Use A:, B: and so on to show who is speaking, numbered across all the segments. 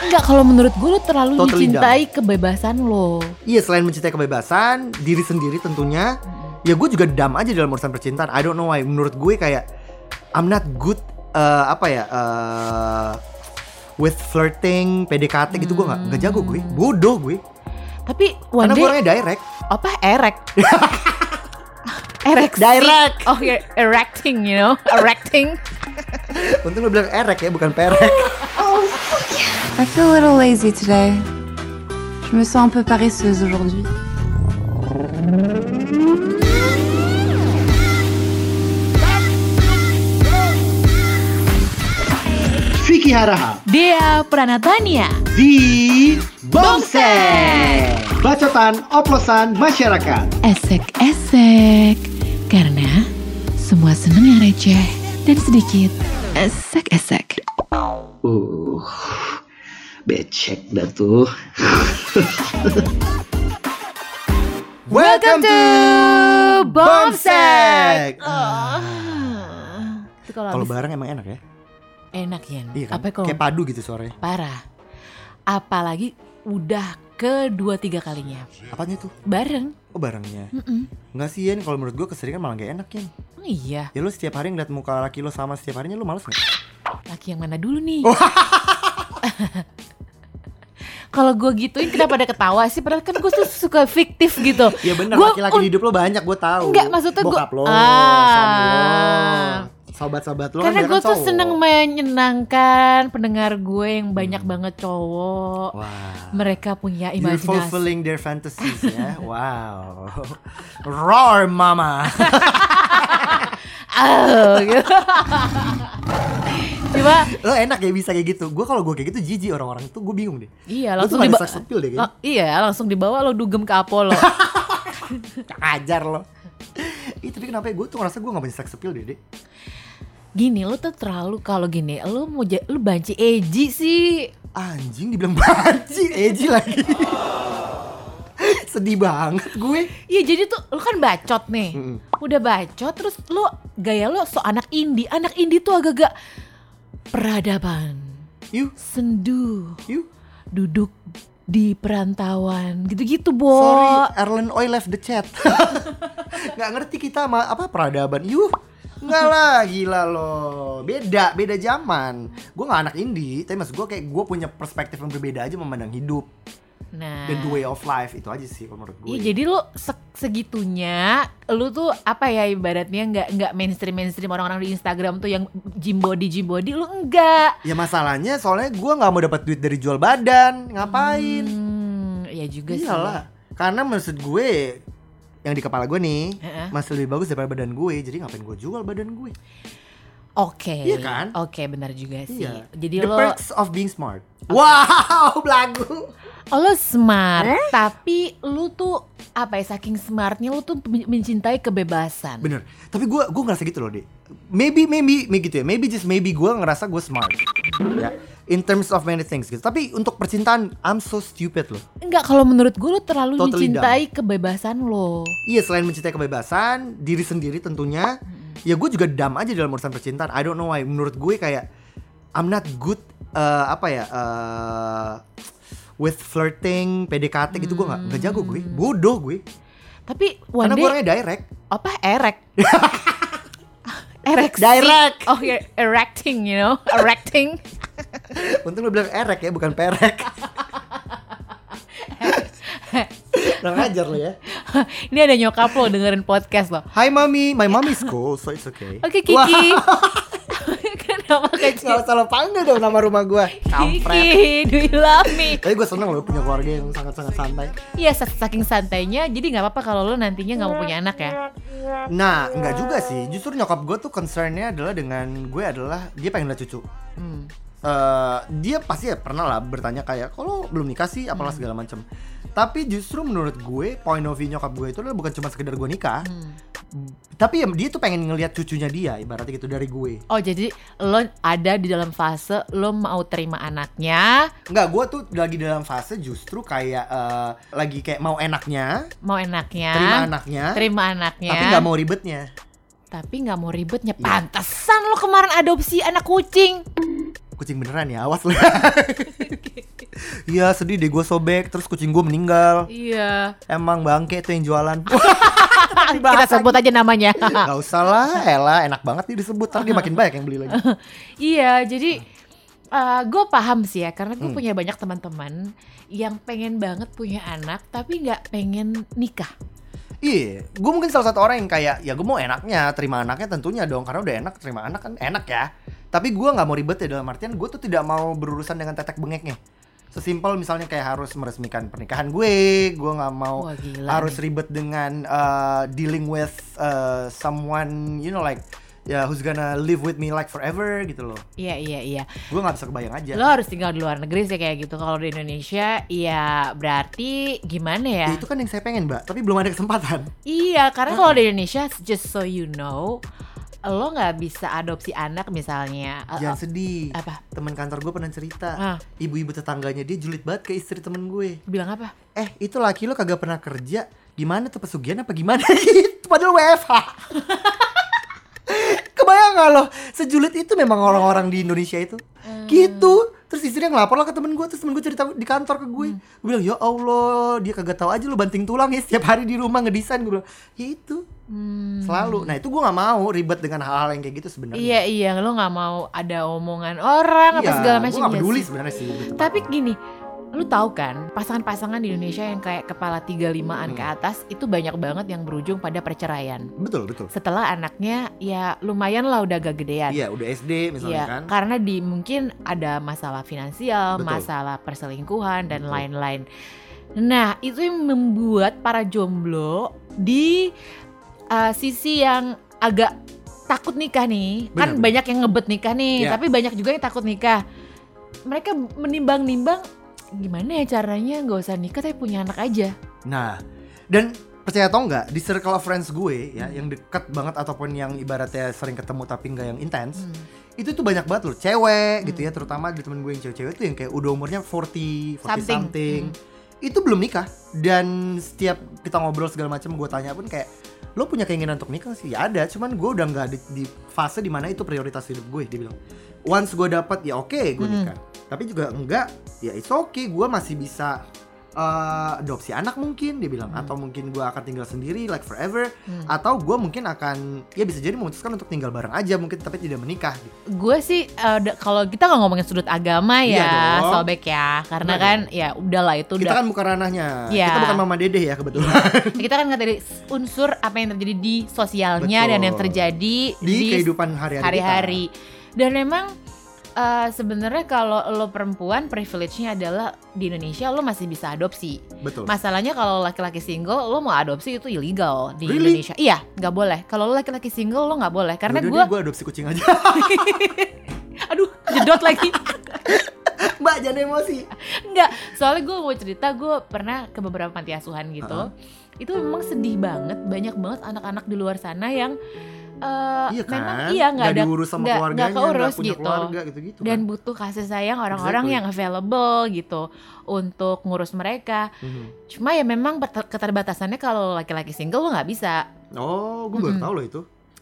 A: Enggak, kalau menurut gue lu terlalu
B: Totally
A: mencintai kebebasan lo.
B: Iya selain mencintai kebebasan diri sendiri tentunya ya gue juga dam aja dalam urusan percintaan I don't know why menurut gue kayak I'm not good eh, apa ya eh, with flirting PDKT gitu gue nggak nggak jago gue bodoh gue
A: Tapi Hmm. one
B: karena
A: day
B: gue orangnya direct
A: apa erek? Ereksi.
B: Direct.
A: Oh, yeah, erecting, you know, erecting.
B: untung lo bilang erek ya bukan perek
C: I feel a little lazy today. Je me sens un peu paresseuse aujourd'hui.
D: Vicky Haraha
A: Dia Pranatania.
D: di
A: Bongseng.
D: Bacotan oplosan masyarakat.
A: Esek-esek. Karena semua seneng yang receh dan sedikit esek-esek.
D: Uh, becek dah tuh.
A: Welcome to Bombsek. Itu kalau
B: kalau
A: habis
B: bareng emang enak ya
A: enak ya.
B: iya kan
A: Apa kalau
B: kayak padu gitu suaranya
A: parah? Apalagi udah kedua tiga kalinya
B: apanya tuh
A: bareng.
B: oh barengnya
A: Mm-mm.
B: nggak sih Yen kalau menurut gue keseringan malah gak enak Yen
A: Oh iya,
B: ya lo setiap hari ngeliat muka laki lo sama setiap harinya lo males nggak
A: laki yang mana dulu nih?
B: Oh.
A: Kalau gue gituin kenapa ada ketawa sih? Padahal kan gue tuh suka fiktif gitu.
B: ya bener
A: Gua-
B: laki-laki di hidup lo banyak gue tahu
A: Enggak, maksudnya gua-
B: bokap lo
A: Ah.
B: suami lo sahabat-sahabat lo kan
A: Karena
B: banyak
A: gue
B: kan
A: tuh
B: cowok.
A: seneng menyenangkan pendengar gue yang banyak banget cowok.
B: Hmm. Wah.
A: Mereka punya
B: You're
A: imajinasi.
B: fulfilling their fantasies ya. Wow. Roar mama.
A: Oh, gitu. Cuma
B: Lo enak ya bisa kayak gitu. Gue kalau gue kayak gitu jijik orang-orang tuh gue bingung deh.
A: iya
B: Lo tuh
A: langsung
B: ada
A: dibawa
B: sex appeal deh kayaknya.
A: Oh, iya langsung dibawa lo dugem ke Apollo.
B: Ajar lo. Ih tapi kenapa ya gue tuh ngerasa gue gak punya sex appeal deh deh.
A: gini lo tuh terlalu kalau gini lo mau ja- lo banci Eji sih.
B: Anjing dibilang banci, Eji lagi. Sedih banget gue.
A: Iya jadi tuh lo kan bacot nih.
B: Mm-mm.
A: Udah bacot terus lo gaya lo so anak indie. Anak indie tuh agak-agak peradaban,
B: Yuk,
A: sendu,
B: yuk.
A: duduk di perantauan gitu-gitu bo.
B: Sorry, Erlen Oy left the chat. Nggak ngerti kita sama apa peradaban. Yuh, nggak lah, gila lo. Beda, beda zaman. Gue nggak anak indie, tapi maksud gue kayak gue punya perspektif yang berbeda aja memandang hidup
A: Nah.
B: dan the way of life itu aja sih kalau menurut gue.
A: Iya jadi lu se- segitunya lu tuh apa ya ibaratnya nggak nggak mainstream mainstream orang-orang di Instagram tuh yang gym body gym body lu enggak.
B: Ya masalahnya soalnya gue nggak mau dapat duit dari jual badan, ngapain?
A: Hmm, ya juga sih.
B: Iya. Iyalah, karena maksud gue yang di kepala gue nih
A: Heeh.
B: masih lebih bagus daripada badan gue, jadi ngapain gue jual badan gue?
A: Oke.
B: Iya kan?
A: Oke, benar juga sih.
B: Iya.
A: Jadi
B: The
A: lo
B: perks of being smart. Wow, belagu.
A: lo Oh, smart,
B: Eh?
A: tapi lu tuh apa ya saking smartnya lu tuh men- mencintai kebebasan.
B: Bener. Tapi gue gue ngerasa gitu loh, deh. Maybe maybe maybe gitu ya. Maybe just maybe gue ngerasa gue smart. Ya. In terms of many things gitu. Tapi untuk percintaan, I'm so stupid loh.
A: Enggak, kalau menurut gue lu terlalu
B: Totally
A: mencintai kebebasan lo.
B: Iya selain mencintai kebebasan, diri sendiri tentunya. Ya gue juga dam aja dalam urusan percintaan. I don't know why. Menurut gue kayak I'm not good eh, apa ya eh, with flirting, PDKT gitu gue nggak nggak jago gue. Bodoh gue.
A: Tapi Mm. one
B: Karena
A: day
B: gue orangnya direct.
A: apa erek ereksi
B: Direct.
A: oh yeah, erecting you know erecting
B: Untung lu bilang erek ya, bukan perek. Kurang ajar lo ya.
A: ini ada nyokap lo dengerin podcast lo
B: Hi mommy, my mommy is cool, so it's okay.
A: oke
B: Wah,
A: Kiki kenapa
B: nggak
A: kecil
B: usah lo panggil dong nama rumah gue. Kampret.
A: Kiki do you love me
B: Tapi gue seneng lo punya keluarga yang sangat-sangat santai.
A: Iya sak- saking santainya jadi nggak apa-apa kalau lo nantinya nggak mau punya anak ya
B: Nah, nggak juga sih. Justru nyokap gue tuh concernnya adalah dengan gue adalah dia pengen lihat cucu.
A: Hmm.
B: Eh, dia pasti ya pernah lah bertanya kayak kalau belum nikah sih apalah
A: Hmm.
B: segala macam. Tapi justru menurut gue point of view nyokap gue itu adalah bukan cuma sekedar gue nikah,
A: Hmm.
B: tapi ya dia tuh pengen ngelihat cucunya dia ibaratnya gitu dari gue
A: Oh jadi lo ada di dalam fase lo mau terima anaknya
B: nggak gue tuh lagi dalam fase justru kayak eh, lagi kayak mau enaknya
A: mau enaknya
B: terima anaknya
A: Kan? terima anaknya
B: tapi nggak mau Iya. ribetnya
A: tapi nggak mau ya ribetnya pantesan lo kemarin adopsi anak kucing
B: kucing beneran ya awas lu ya. Iya sedih deh gue sobek terus kucing gue meninggal.
A: Iya.
B: Emang bangke tuh yang jualan.
A: Kita sebut aja namanya.
B: Gak usah lah, Ella enak banget nih disebut. Ntar dia makin banyak yang beli lagi.
A: iya, jadi gue paham sih ya, karena gue
B: Hmm.
A: punya banyak teman-teman yang pengen banget punya anak, tapi nggak pengen nikah.
B: Iya, gue mungkin salah satu orang yang kayak ya gue mau enaknya terima anaknya tentunya dong karena udah enak terima anak kan enak ya. Tapi gue nggak mau ribet ya dalam artian gue tuh tidak mau berurusan dengan tetek bengeknya. Sesimpel misalnya kayak harus meresmikan pernikahan gue, gue nggak mau
A: Wah, gila
B: harus
A: nih.
B: ribet dengan uh, dealing with uh, someone you know like ya who's gonna live with me like forever gitu loh.
A: Iya, iya, iya.
B: Gue nggak bisa kebayang aja.
A: Lo harus tinggal di luar negeri sih kayak gitu. Kalau di Indonesia, ya berarti gimana ya?
B: Ya, itu kan yang saya pengen mbak, tapi belum ada kesempatan.
A: Iya, karena kalau di Indonesia, just so you know, lo nggak bisa adopsi anak misalnya. Eh,
B: Jangan sedih.
A: Apa?
B: Temen kantor gue pernah cerita,
A: Ah.
B: ibu-ibu tetangganya dia julid banget ke istri temen gue.
A: Bilang apa?
B: Eh, itu laki lo kagak pernah kerja, gimana tuh pesugihan apa gimana gitu? Padahal WFH. Kebayang gak lo, sejulit itu memang orang-orang di Indonesia itu.
A: Hmm.
B: Gitu. Terus istrinya ngelapor lah ke temen gue, terus temen gue cerita di kantor ke gue.
A: Hmm.
B: Gue bilang, ya Allah, dia kagak tahu aja lo banting tulang ya setiap hari di rumah ngedesain. Gue bilang, ya itu.
A: Hmm.
B: Selalu. Nah itu gue gak mau ribet dengan hal-hal yang kayak gitu sebenarnya.
A: Iya iya, lo nggak mau ada omongan orang apa segala macam.
B: Gue gak
A: Iya
B: peduli
A: sih.
B: sebenarnya sih. gitu.
A: Tapi gini, lu tahu kan pasangan-pasangan di Indonesia yang kayak kepala 35-an ke atas itu banyak banget yang berujung pada perceraian.
B: betul betul.
A: Setelah anaknya ya lumayan lah udah agak gedean.
B: Iya udah SD misalnya
A: Iya,
B: kan.
A: karena di mungkin ada masalah finansial,
B: Betul.
A: masalah perselingkuhan dan
B: Betul.
A: lain-lain. Nah, itu yang membuat para jomblo di uh, sisi yang agak takut nikah nih. kan
B: Benar, benar.
A: banyak yang ngebet nikah nih,
B: Iya.
A: tapi banyak juga yang takut nikah. Mereka menimbang-nimbang gimana ya caranya nggak usah nikah tapi punya anak aja.
B: Nah dan percaya atau enggak di circle of friends gue ya yang dekat banget ataupun yang ibaratnya sering ketemu tapi nggak yang intens itu tuh banyak banget loh
A: Hmm.
B: cewek gitu ya terutama di temen gue yang cewek-cewek tuh yang kayak udah umurnya 40, 40 something,
A: Something. Hmm.
B: itu belum nikah dan setiap kita ngobrol segala macam gue tanya pun kayak lo punya keinginan untuk nikah sih ya ada cuman gue udah nggak di, di fase dimana itu prioritas hidup gue dia bilang once gue dapat ya oke gue
A: Hmm.
B: nikah tapi juga enggak ya it's okay gue masih bisa eh, adopsi anak mungkin dia bilang atau mungkin gue akan tinggal sendiri like forever
A: Hmm.
B: atau gue mungkin akan ya bisa jadi memutuskan untuk tinggal bareng aja mungkin tapi tidak menikah
A: Gue sih uh, da- kalau kita nggak ngomongin sudut agama
B: Iya
A: ya,
B: dong.
A: sobek ya, karena
B: Benar
A: kan ya udahlah itu udah
B: kita kan bukan ranahnya
A: Iya.
B: kita bukan mama dede ya kebetulan
A: kita kan nggak dari unsur apa yang terjadi di sosialnya
B: Betul.
A: dan yang terjadi
B: di, kehidupan hari-hari kita.
A: hari-hari dan memang eh, sebenarnya kalau lo perempuan privilege-nya adalah di Indonesia lo masih bisa adopsi
B: betul
A: masalahnya kalau laki-laki single lo mau adopsi itu illegal di
B: Really?
A: Indonesia iya nggak boleh kalau lo laki-laki single lo nggak boleh karena
B: Yaudah
A: gue
B: deh, gua adopsi kucing aja
A: aduh jedot lagi
B: mbak jangan emosi
A: Enggak, soalnya gue mau cerita gue pernah ke beberapa panti asuhan gitu.
B: Heeh.
A: Itu memang sedih banget, banyak banget anak-anak di luar sana yang eh,
B: iya kan
A: memang iya nggak ada
B: diurus sama
A: nggak-
B: keluarganya
A: nggak keurus
B: punya
A: gitu.
B: keluarga gitu-gitu kan.
A: dan butuh kasih sayang orang-orang
B: Exactly.
A: yang available gitu untuk ngurus mereka.
B: kan. Mhm.
A: Cuma ya memang pet- keterbatasannya kalau laki-laki single lo nggak bisa.
B: oh gue baru
A: Mhm.
B: tahu loh itu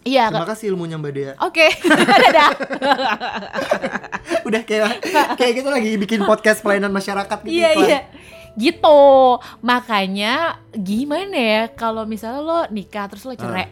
A: Iya.
B: terima
A: ke-
B: kasih ilmunya mbak Dea
A: Oke, dadah.
B: udah kayak kayak kita lagi bikin podcast pelayanan masyarakat gitu
A: Iya
B: iklan.
A: iya gitu makanya gimana ya kalau misalnya lo nikah terus lo cerai
B: Ah.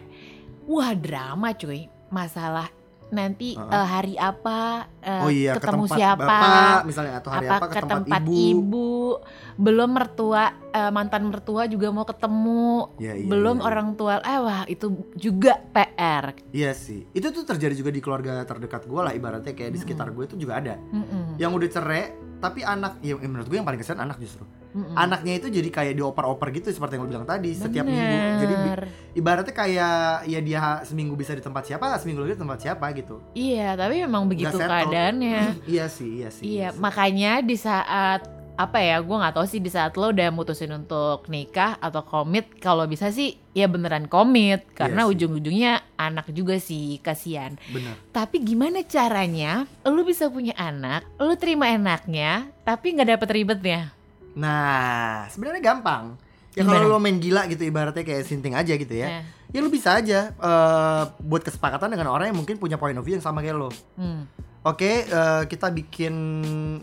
A: wah drama cuy masalah nanti
B: Ah.
A: eh, hari apa eh,
B: oh iya
A: ketemu
B: ke tempat
A: siapa
B: bapak misalnya atau hari
A: apa,
B: apa,
A: ke tempat, ibu. belum mertua eh, mantan mertua juga mau ketemu
B: Iya, iya,
A: belum
B: iya.
A: orang tua eh wah itu juga PR
B: iya sih itu tuh terjadi juga di keluarga terdekat gue lah ibaratnya kayak
A: Mhm.
B: di sekitar gue itu juga ada
A: Mm-mm,
B: yang udah cerai tapi anak ya menurut gue yang paling kesian anak justru
A: mm-mm.
B: anaknya itu jadi kayak dioper-oper gitu seperti yang lo bilang tadi setiap minggu jadi bi-
A: Bener.
B: ibaratnya kayak ya dia seminggu bisa di tempat siapa seminggu lagi di tempat siapa gitu
A: iya tapi memang begitu
B: settle.
A: keadaannya
B: iya sih iya sih
A: Iya,
B: sih.
A: makanya di saat apa ya, gue nggak tahu sih di saat lo udah mutusin untuk nikah atau komit, kalau bisa sih ya beneran komit karena
B: Iya sih.
A: ujung-ujungnya anak juga sih kasihan.
B: benar
A: Tapi gimana caranya lo bisa punya anak, lo terima enaknya, tapi nggak dapet ribetnya?
B: nah sebenarnya gampang ya kalau
A: Gimana?
B: lo main gila gitu ibaratnya kayak sinting aja gitu
A: Nah,
B: ya ya lo bisa aja eh, buat kesepakatan dengan orang yang mungkin punya point of view yang sama kayak lo
A: hmm.
B: oke Oke, eh, kita bikin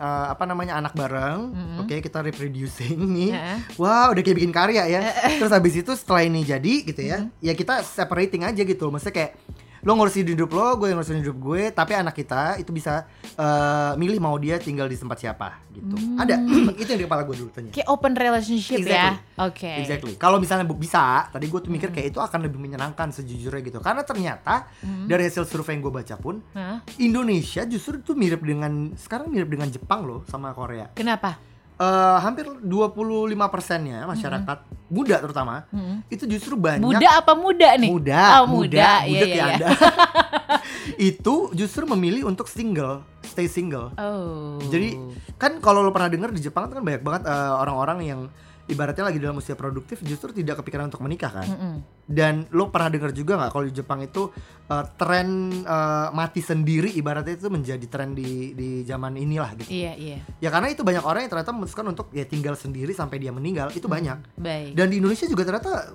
B: eh, apa namanya anak bareng.
A: Mm-mm. Iya.
B: Oke, kita reproducing nih.
A: Heeh.
B: Wah, udah kayak bikin karya ya. Terus habis itu setelah ini jadi gitu ya. Ya kita separating aja gitu. Maksudnya kayak lo ngurusin hidup lo, gue yang ngurusin hidup gue, tapi anak kita itu bisa eh, milih mau dia tinggal di tempat siapa gitu. Ada itu yang di kepala gue dulu tanya.
A: Kayak open relationship ya. Oke.
B: Exactly. Kalau misalnya bu- bisa, tadi gue tuh mikir kayak itu akan lebih menyenangkan sejujurnya gitu. Karena ternyata dari hasil survei yang gue baca pun,
A: Hah?
B: Indonesia justru tuh mirip dengan sekarang mirip dengan Jepang loh sama Korea.
A: Kenapa?
B: Eh hampir 25 persennya masyarakat muda terutama
A: Mm-mm.
B: itu justru banyak
A: Hmm. Muda apa muda nih? Oh,
B: muda,
A: muda. Iya,
B: budek
A: iya,
B: ya
A: iya.
B: Anda. itu justru memilih untuk single, stay single.
A: Oh.
B: Jadi kan kalau lo pernah dengar di Jepang tuh kan banyak banget eh, orang-orang yang ibaratnya lagi dalam usia produktif justru tidak kepikiran untuk menikah kan.
A: Mm-mm.
B: Dan lo pernah dengar juga nggak kalau di Jepang itu eh, tren eh, mati sendiri ibaratnya itu menjadi tren di di zaman inilah gitu.
A: Iya, iya.
B: Ya karena itu banyak orang yang ternyata memutuskan untuk ya tinggal sendiri sampai dia meninggal itu
A: Hmm.
B: banyak.
A: Baik.
B: Dan di Indonesia juga ternyata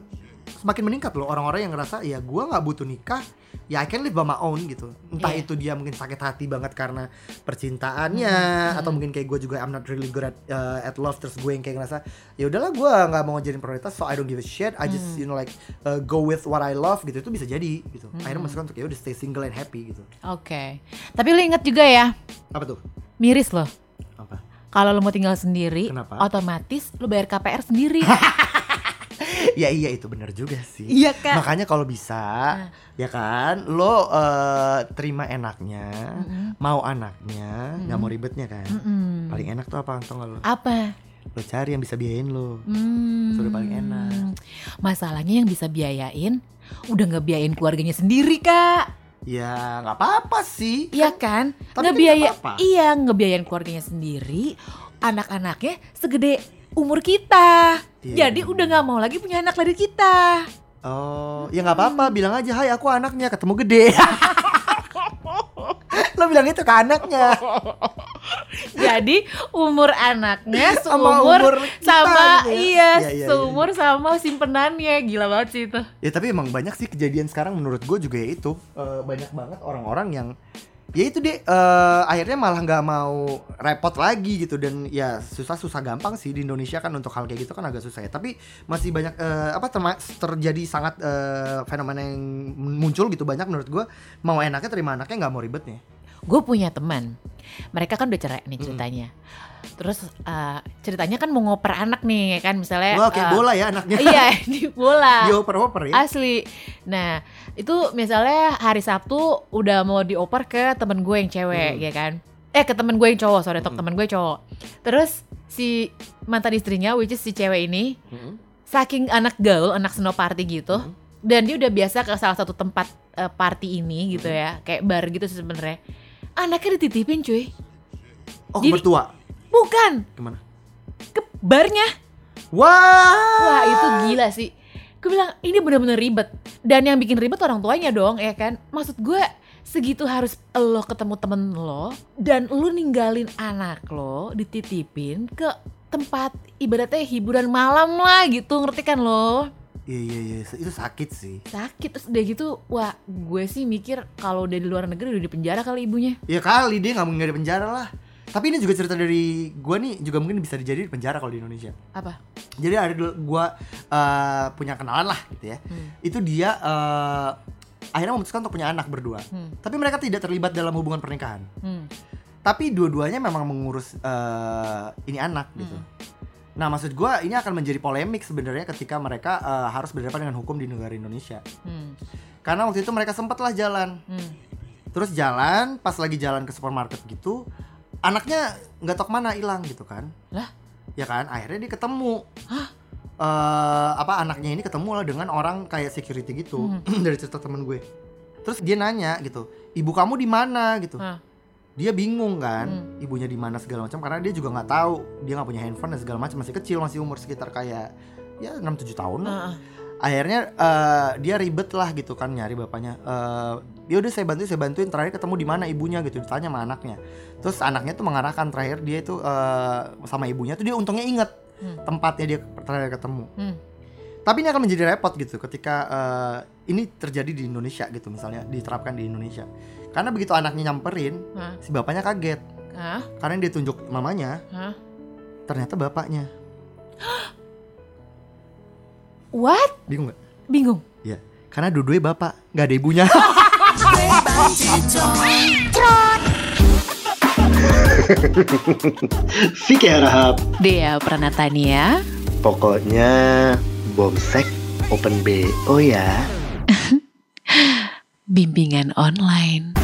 B: semakin meningkat loh orang-orang yang ngerasa ya gua nggak butuh nikah ya I can live by my own gitu entah
A: Iya.
B: itu dia mungkin sakit hati banget karena percintaannya atau mungkin kayak gue juga I'm not really good at, uh, at love terus gue yang kayak ngerasa ya udahlah gua nggak mau ngajarin prioritas so I don't give a shit I just you know like uh, go with what I love gitu itu bisa jadi gitu akhirnya masukkan untuk ya udah stay single and happy gitu
A: Oke. Tapi lu inget juga ya,
B: apa tuh
A: miris loh.
B: apa
A: Kalau lu mau tinggal sendiri,
B: Kenapa? Iya,
A: otomatis lu bayar KPR sendiri.
B: ya iya itu bener juga sih
A: iya kak.
B: Makanya kalau bisa,
A: Nah.
B: ya kan, lo eh, terima enaknya, mau anaknya, nggak mau ribetnya kan.
A: Mm-mm.
B: Paling enak tuh apa tau nggak lo?
A: Apa?
B: Lo cari yang bisa biayain lo.
A: Hmm.
B: Sudah paling enak.
A: Masalahnya yang bisa biayain, udah nggak biayain keluarganya sendiri kak.
B: Ya nggak apa-apa sih.
A: Iya kan?
B: tapi kan
A: Ngebiaya-
B: nggak apa-apa.
A: iya ngebiayain keluarganya sendiri, anak-anaknya segede umur kita.
B: Iya.
A: Jadi udah nggak mau lagi punya anak dari kita.
B: Oh, ya nggak apa-apa.
A: Mm.
B: Bilang aja, Hai, aku anaknya ketemu gede. lo bilang itu ke anaknya
A: Jadi umur anaknya
B: sama
A: seumur
B: umur kita,
A: sama
B: gitu ya.
A: iya,
B: Iya, iya, iya.
A: seumur sama simpenannya gila banget sih itu.
B: Ya tapi emang banyak sih kejadian sekarang menurut gue juga ya itu Eh, banyak banget orang-orang yang ya itu deh eh, akhirnya malah nggak mau repot lagi gitu dan ya susah susah gampang sih di Indonesia kan untuk hal kayak gitu kan agak susah ya tapi masih banyak eh, apa terma- terjadi sangat eh, fenomena yang muncul gitu banyak menurut gue mau enaknya terima anaknya nggak mau ribetnya
A: Gue punya teman, mereka kan udah cerai nih ceritanya. Terus eh, ceritanya kan mau ngoper anak nih ya kan misalnya.
B: wah
A: eh,
B: kayak bola ya anaknya
A: Iya di bola.
B: dioper-oper ya
A: Asli. Nah, itu misalnya hari Sabtu udah mau dioper ke temen gue yang cewek,
B: Hmm.
A: ya kan? Eh, ke temen gue yang cowok, sorry, tok
B: Hmm.
A: temen gue cowok. Terus si mantan istrinya, which is si cewek ini,
B: Mm-mm.
A: saking anak gaul, anak senoparty gitu.
B: Hmm.
A: Dan dia udah biasa ke salah satu tempat eh, party ini gitu ya, kayak bar gitu sih sebenarnya. Anaknya dititipin cuy.
B: oh
A: Jadi-
B: bertua
A: Bukan
B: kemana
A: ke barnya.
B: wah
A: Wah itu gila sih Gue bilang ini bener-bener ribet Dan yang bikin ribet orang tuanya dong ya kan Maksud gue segitu harus lo ketemu temen lo Dan lo ninggalin anak lo dititipin ke tempat ibaratnya hiburan malam lah gitu ngerti kan lo
B: iya iya iya itu sakit sih
A: sakit terus udah gitu wah gue sih mikir kalau udah di luar negeri udah di penjara kali ibunya
B: Ya kali dia nggak mungkin nggak di penjara lah. Tapi ini juga cerita dari gua nih juga mungkin bisa dijadiin penjara kalau di Indonesia.
A: apa
B: Jadi ada dulu gua eh, punya kenalan lah gitu ya.
A: Hmm.
B: Itu dia eh, akhirnya memutuskan untuk punya anak berdua.
A: Hmm.
B: Tapi mereka tidak terlibat dalam hubungan pernikahan.
A: Hmm.
B: Tapi dua-duanya memang mengurus eh, ini anak gitu. Nah maksud gua ini akan menjadi polemik sebenarnya ketika mereka eh, harus berhadapan dengan hukum di negara Indonesia.
A: Hmm.
B: Karena waktu itu mereka sempatlah jalan.
A: Hmm.
B: Terus jalan, pas lagi jalan ke supermarket gitu, anaknya nggak tau kemana hilang gitu kan?
A: Lah?
B: Ya kan, akhirnya dia ketemu. Eh apa anaknya ini ketemu lah dengan orang kayak security gitu
A: Hmm.
B: dari cerita temen gue. Terus dia nanya gitu, ibu kamu di mana gitu?
A: Hah.
B: Dia bingung kan,
A: Hmm.
B: ibunya di mana segala macam karena dia juga nggak tahu, dia nggak punya handphone dan segala macam masih kecil masih umur sekitar kayak ya 6-7 tahun lah
A: Ah, ah.
B: akhirnya eh, dia ribet lah gitu kan nyari bapaknya Eh, ya udah saya bantuin saya bantuin terakhir ketemu di mana ibunya gitu ditanya sama anaknya terus anaknya tuh mengarahkan terakhir dia itu eh, sama ibunya tuh dia untungnya inget
A: Hmm.
B: tempatnya dia terakhir ketemu
A: Hmm.
B: tapi ini akan menjadi repot gitu ketika eh, ini terjadi di Indonesia gitu misalnya diterapkan di Indonesia karena begitu anaknya nyamperin
A: Hah?
B: si bapaknya kaget
A: Hah?
B: karena yang ditunjuk mamanya
A: Hah?
B: ternyata bapaknya
A: What?
B: bingung nggak
A: Bingung.
B: Iya karena dua-duanya bapak nggak ada ibunya
D: Vicky Harahap,
A: Dea Pranatania.
D: pokoknya bomsek open BO ya.
A: Bimbingan online.